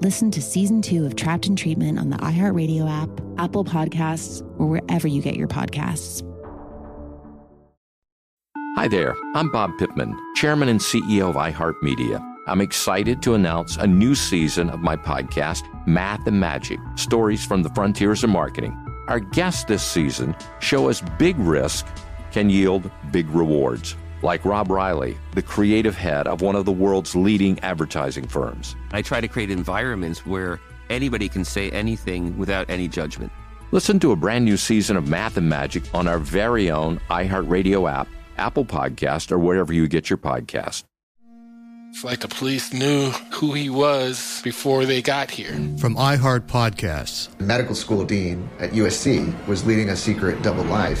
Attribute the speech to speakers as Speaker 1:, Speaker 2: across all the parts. Speaker 1: Listen to season two of Trapped in Treatment on the iHeartRadio app, Apple Podcasts, or wherever you get your podcasts.
Speaker 2: Hi there, I'm Bob Pittman, Chairman and CEO of iHeartMedia. I'm excited to announce a new season of my podcast, Math and Magic Stories from the Frontiers of Marketing. Our guests this season show us big risk can yield big rewards, like Rob Riley, the creative head of one of the world's leading advertising firms.
Speaker 3: I try to create environments where anybody can say anything without any judgment.
Speaker 2: Listen to a brand new season of Math and Magic on our very own iHeartRadio app, Apple Podcast, or wherever you get your podcast.
Speaker 4: It's like the police knew who he was before they got here.
Speaker 5: From iHeart Podcasts,
Speaker 6: medical school dean at USC was leading a secret double life.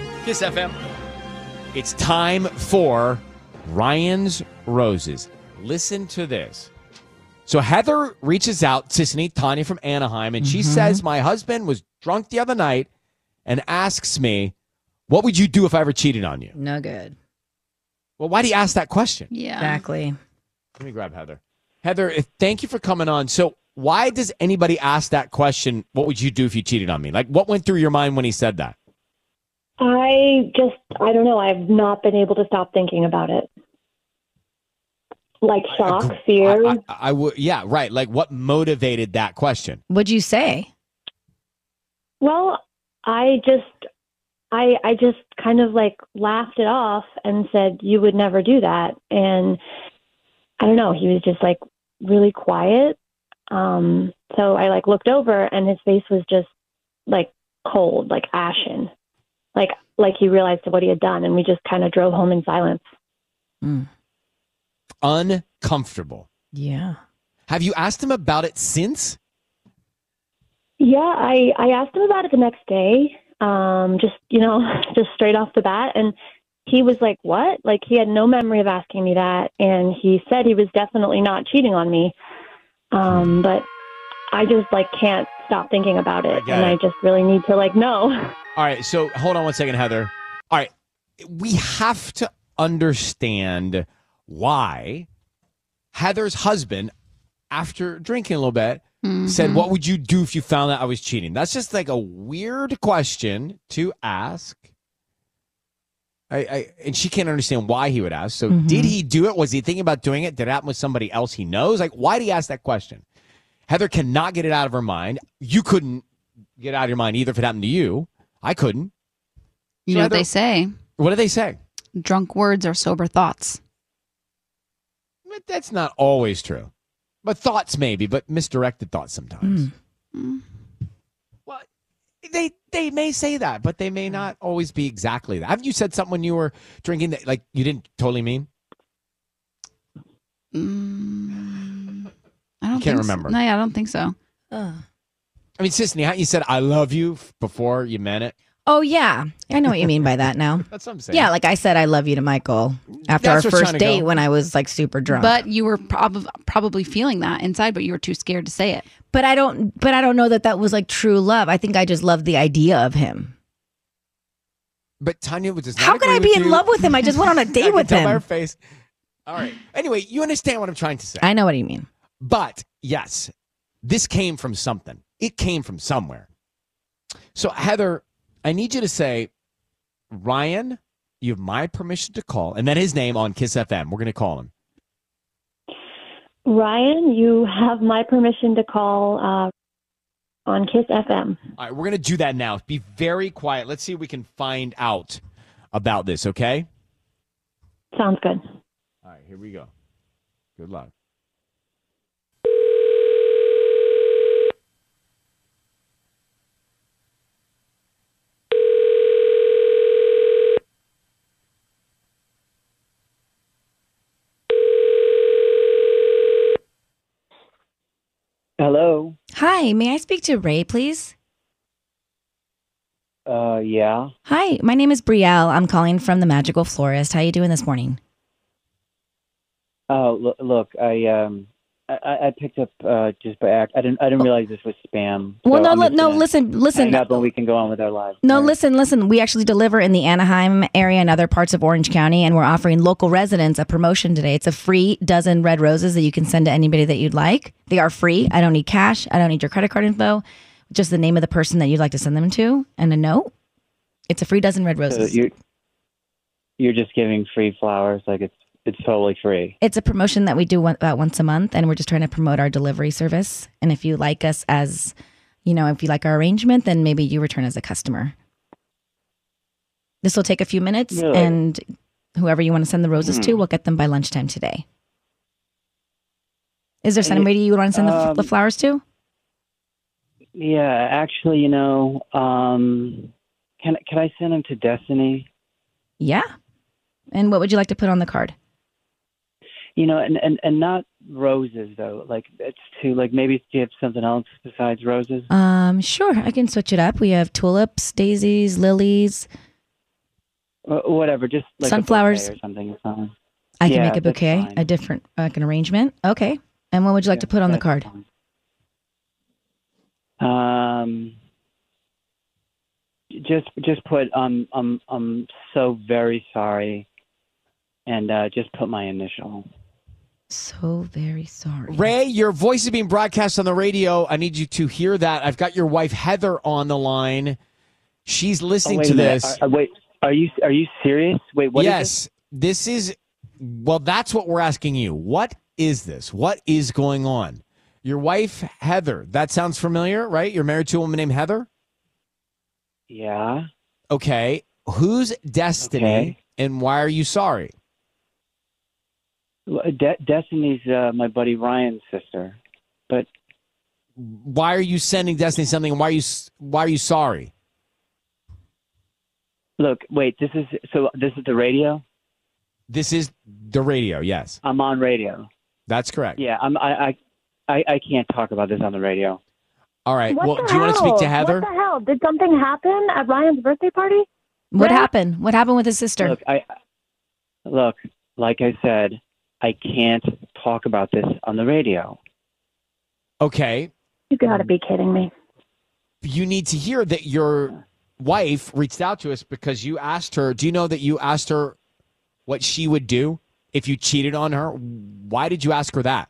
Speaker 7: Kiss FM. It's time for Ryan's Roses. Listen to this. So Heather reaches out to Sneak Tanya from Anaheim and she says, My husband was drunk the other night and asks me, What would you do if I ever cheated on you?
Speaker 8: No good.
Speaker 7: Well, why do you ask that question?
Speaker 8: Yeah. Exactly.
Speaker 7: Let me grab Heather. Heather, if- thank you for coming on. So, why does anybody ask that question? What would you do if you cheated on me? Like, what went through your mind when he said that?
Speaker 9: I just, I don't know. I've not been able to stop thinking about it. Like shock,
Speaker 7: Ag-
Speaker 9: fear.
Speaker 7: I, I- I would, yeah, right. Like, what motivated that question?
Speaker 8: What'd you say?
Speaker 9: well, I just, I, I just kind of like laughed it off and said, you would never do that. And I don't know. He was just like really quiet. Um, so I like looked over and his face was just like cold, like ashen, like, like he realized what he had done. And we just kind of drove home in silence.
Speaker 7: Uncomfortable.
Speaker 8: Yeah.
Speaker 7: Have you asked him about it since?
Speaker 9: Yeah, I, I asked him about it the next day, um, just, you know, just straight off the bat. And he was like, What? Like, he had no memory of asking me that. And he said he was definitely not cheating on me. Um, but I just, like, can't stop thinking about it.
Speaker 7: I get
Speaker 9: and I
Speaker 7: it.
Speaker 9: just really need to, like, know.
Speaker 7: All right. So, hold on one second, Heather. All right. We have to understand why Heather's husband, after drinking a little bit,
Speaker 1: Mm-hmm.
Speaker 7: said, What would you do if you found out I was cheating? That's just like a weird question to ask. I, I and she can't understand why he would ask. So
Speaker 8: Mhm.
Speaker 7: did he do it? Was he thinking about doing it? Did it happen with somebody else he knows? Like, why did he ask that question? Heather cannot get it out of her mind. You couldn't get it out of your mind either if it happened to you. I couldn't.
Speaker 10: You
Speaker 7: So
Speaker 10: know what they
Speaker 7: Heather-
Speaker 10: say?
Speaker 7: What do they say?
Speaker 10: Drunk words are sober thoughts.
Speaker 7: But That's not always true. But thoughts maybe, but misdirected thoughts sometimes.
Speaker 10: Mm.
Speaker 7: Well, they they may say that, but they may
Speaker 8: Hmm.
Speaker 7: not always be exactly that. Haven't you said something when you were drinking that like you didn't totally mean?
Speaker 10: Mm. I don't
Speaker 7: can't
Speaker 10: think so.
Speaker 7: remember.
Speaker 10: No, yeah, I don't think so.
Speaker 7: I mean, Sisney, how you said I love you f- before you meant it?
Speaker 8: Oh, yeah. I know what you mean by that now.
Speaker 7: That's what I'm saying.
Speaker 8: Yeah, like I said, I love you to Michael after
Speaker 7: That's
Speaker 8: our
Speaker 7: what's
Speaker 8: first
Speaker 7: trying to go.
Speaker 8: date when I was like super drunk.
Speaker 10: But you were prob- probably feeling that inside, but you were too scared to say it.
Speaker 8: but I don't but I don't know that that was like true love. I think I just loved the idea of him.
Speaker 7: But Tanya was just.
Speaker 8: How could I be in love with him? I just went on a date with him.
Speaker 7: Tell by her face. All right. Anyway, you understand what I'm trying to say.
Speaker 8: I know what you mean.
Speaker 7: But yes, this came from something. It came from somewhere. So Heather, I need you to say, Ryan, you have my permission to call, and then his name on Kiss FM. We're going to call him.
Speaker 9: Ryan, you have my permission to call uh, on Kiss FM.
Speaker 7: All right, we're going to do that now. Be very quiet. Let's see if we can find out about this, okay?
Speaker 9: Sounds good.
Speaker 7: All right, here we go. Good luck.
Speaker 11: Hello.
Speaker 8: Hi, may I speak to Ray, please?
Speaker 11: Uh, yeah.
Speaker 8: Hi, my name is Brielle. I'm calling from the Magical Florist. How you doing this morning?
Speaker 11: Oh, look, look I um, I- I, I picked up uh, just by act. I didn't. I didn't realize this was spam.
Speaker 8: Well,
Speaker 11: so
Speaker 8: no,
Speaker 11: I'm
Speaker 8: li-
Speaker 11: just
Speaker 8: no.
Speaker 11: gonna
Speaker 8: Listen, listen.
Speaker 11: Hang up and we can go on with our lives.
Speaker 8: No, listen, listen. We actually deliver in the Anaheim area and other parts of Orange County, and we're offering local residents a promotion today. It's a free dozen red roses that you can send to anybody that you'd like. They are free. I don't need cash. I don't need your credit card info. Just the name of the person that you'd like to send them to and a note. It's a free dozen red
Speaker 11: So
Speaker 8: roses.
Speaker 11: you're you're just giving free flowers, like it's it's totally free.
Speaker 8: It's a promotion that we do one, about once a month, and we're just trying to promote our delivery service. And if you like us as, you know, if you like our arrangement, then maybe you return as a customer. This will take a few minutes,
Speaker 11: Really?
Speaker 8: and whoever you want to send the roses to,
Speaker 11: Hmm.
Speaker 8: we'll get them by lunchtime today. Is there
Speaker 11: And it-
Speaker 8: somebody you would want to send the, f- the
Speaker 11: um,
Speaker 8: flowers to?
Speaker 11: Yeah, actually, you know, um, can can I send them to Destiny?
Speaker 8: Yeah. And what would you like to put on the card?
Speaker 11: You know, and and and not roses though. Like it's too like maybe do you have something else besides roses?
Speaker 8: Um, sure, I can switch it up. We have tulips, daisies, lilies.
Speaker 11: Wh- Whatever, just like a bouquet
Speaker 8: Sunflowers.
Speaker 11: or something. is fine.
Speaker 8: I can
Speaker 11: Yeah,
Speaker 8: make a
Speaker 11: that's
Speaker 8: bouquet,
Speaker 11: fine.
Speaker 8: a different like an arrangement. Okay. And what would you like to put on the
Speaker 11: that's
Speaker 8: card?
Speaker 11: Um, just just put um um I'm so very sorry, and uh, just put my initial.
Speaker 8: So very sorry.
Speaker 7: Ray, your voice is being broadcast on the radio. I need you to hear that. I've got your wife Heather on the line. She's listening
Speaker 11: Oh, wait
Speaker 7: to
Speaker 11: a minute.
Speaker 7: this.
Speaker 11: Are- wait, are you are you serious? Wait, what is
Speaker 7: yes, this? is well, that's what we're asking you. What is this? What is going on? Your wife Heather. That sounds familiar, right? You're married to a woman named Heather?
Speaker 11: Yeah.
Speaker 7: Okay. Who's destiny
Speaker 11: Okay.
Speaker 7: and why are you sorry?
Speaker 11: this? De- Destiny's uh, my buddy Ryan's sister, but
Speaker 7: Why are you sending Destiny something? and Why are you s- why are you sorry?
Speaker 11: look, wait, this is so this is the radio.
Speaker 7: This is the radio. Yes.
Speaker 11: I'm on radio.
Speaker 7: That's correct.
Speaker 11: Yeah, I'm I I I, I can't talk about this on the radio.
Speaker 7: All right.
Speaker 9: What
Speaker 7: well,
Speaker 9: the
Speaker 7: do you want to
Speaker 9: hell?
Speaker 7: speak to Heather?
Speaker 9: What the hell? Did something happen at Ryan's birthday party?
Speaker 8: What happened? What happened with his sister?
Speaker 11: Look, I look, like I said, I can't talk about this on the radio.
Speaker 7: Okay.
Speaker 9: You gotta be kidding me.
Speaker 7: You need to hear that your wife reached out to us because you asked her, do you know that you asked her what she would do if you cheated on her? Why did you ask her that?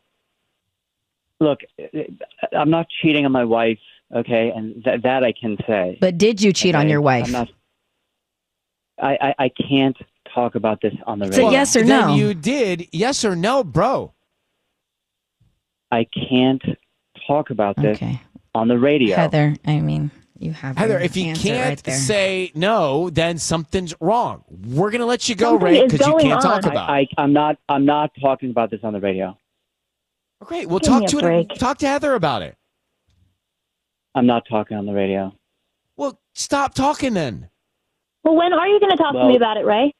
Speaker 11: Look, I- I'm not cheating on my wife, okay, and th- that I can say.
Speaker 8: But did you cheat on
Speaker 11: okay?
Speaker 8: your wife?
Speaker 11: I'm not, I, I I can't talk about this on the
Speaker 8: It's a
Speaker 11: radio.
Speaker 8: yes or
Speaker 7: Then
Speaker 8: no?
Speaker 7: you did. Yes or no, bro?
Speaker 11: I can't talk about this
Speaker 8: Okay.
Speaker 11: on the radio.
Speaker 8: Heather, I mean, you have
Speaker 7: Heather,
Speaker 8: your
Speaker 7: if you
Speaker 8: answer
Speaker 7: can't
Speaker 8: right there.
Speaker 7: say no, then something's wrong. We're going to let you go,
Speaker 9: Something
Speaker 7: Ray,
Speaker 9: is
Speaker 7: because you
Speaker 9: going
Speaker 7: can't
Speaker 9: on.
Speaker 7: talk about it.
Speaker 11: I, I I'm not I'm not talking about this on the radio.
Speaker 7: Okay, well,
Speaker 9: Give me
Speaker 7: talk
Speaker 9: a
Speaker 7: to,
Speaker 9: break.
Speaker 7: it, talk to Heather about it.
Speaker 11: I'm not talking on the radio.
Speaker 7: Well, stop talking then.
Speaker 9: Well, when are you gonna talk
Speaker 11: Well-
Speaker 9: to me about it, Ray?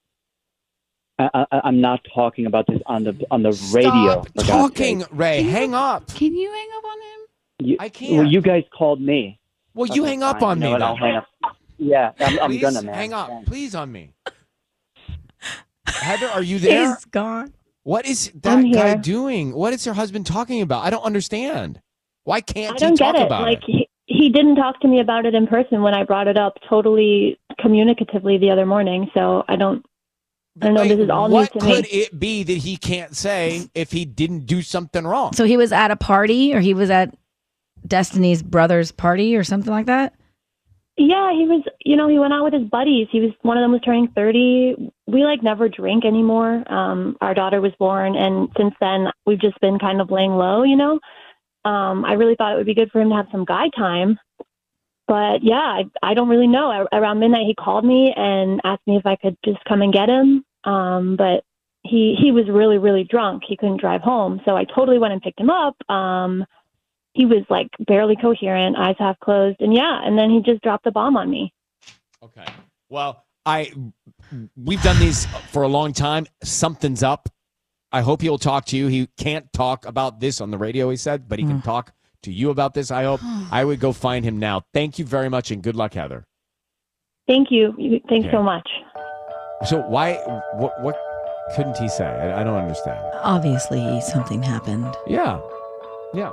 Speaker 11: I, I, I'm not talking about this on the on the radio.
Speaker 7: Stop
Speaker 11: for God's
Speaker 7: talking,
Speaker 11: sake.
Speaker 7: Ray. Hang up.
Speaker 10: Can you hang up on him?
Speaker 11: You-
Speaker 7: I can't.
Speaker 11: Well, you guys called me.
Speaker 7: Well, you
Speaker 11: Okay,
Speaker 7: hang up
Speaker 11: fine.
Speaker 7: on
Speaker 11: You know
Speaker 7: me.
Speaker 11: what?
Speaker 7: then.
Speaker 11: I'll hang up. Yeah, I'm, I'm
Speaker 7: Please
Speaker 11: gonna man.
Speaker 7: hang up,
Speaker 11: Thanks.
Speaker 7: please, on me. Heather, are you there?
Speaker 8: He's gone.
Speaker 7: what is that
Speaker 9: I'm
Speaker 7: guy
Speaker 9: here.
Speaker 7: doing? What is your husband talking about? I don't understand. Why can't
Speaker 9: I
Speaker 7: he
Speaker 9: don't
Speaker 7: talk
Speaker 9: get it.
Speaker 7: about
Speaker 9: Like
Speaker 7: it?
Speaker 9: he, he didn't talk to me about it in person when I brought it up. Totally communicatively the other morning, so I don't. I don't know. this is all new
Speaker 7: what
Speaker 9: to
Speaker 7: could
Speaker 9: me.
Speaker 7: it be that he can't say if he didn't do something wrong?
Speaker 8: So he was at a party or he was at Destiny's brother's party or something like that?
Speaker 9: Yeah, he was. You know, he went out with his buddies. He was one of them was turning thirty. We like never drink anymore. Um, our daughter was born, and since then we've just been kind of laying low. You know, um, I really thought it would be good for him to have some guy time. But yeah, I, I don't really know. Ar- Around midnight, he called me and asked me if I could just come and get him. Um, but he he was really really drunk. He couldn't drive home, so I totally went and picked him up. Um, he was like barely coherent, eyes half closed, and yeah, and then he just dropped the bomb on me.
Speaker 7: Well, I we've done these for a long time. Something's up. I hope he'll talk to you. He can't talk about this on the radio, he said, but he
Speaker 9: Mm.
Speaker 7: can talk to you about this. I hope I would go find him now. Thank you very much and good luck, Heather.
Speaker 9: Thank you. You- Thanks
Speaker 7: Yeah.
Speaker 9: so much.
Speaker 7: So why what what couldn't he say? I, I don't understand.
Speaker 8: Obviously, something happened.
Speaker 7: Yeah. Yeah.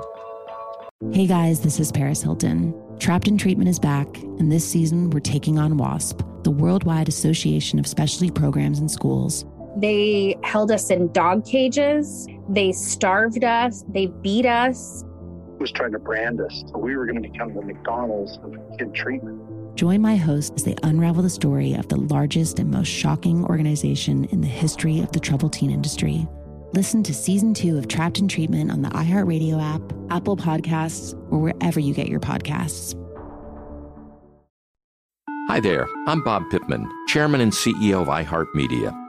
Speaker 1: Hey guys, this is Paris Hilton. Trapped in Treatment is back, and this season we're taking on WASP, the Worldwide Association of Specialty Programs and Schools.
Speaker 12: They held us in dog cages. They starved us. They beat us.
Speaker 13: was trying to brand us. So we were going to become the McDonald's of kid treatment.
Speaker 1: Join my hosts as they unravel the story of the largest and most shocking organization in the history of the troubled teen industry. Listen to season two of Trapped in Treatment on the iHeartRadio app, Apple Podcasts, or wherever you get your podcasts.
Speaker 2: Hi there, I'm Bob Pittman, Chairman and CEO of iHeartMedia.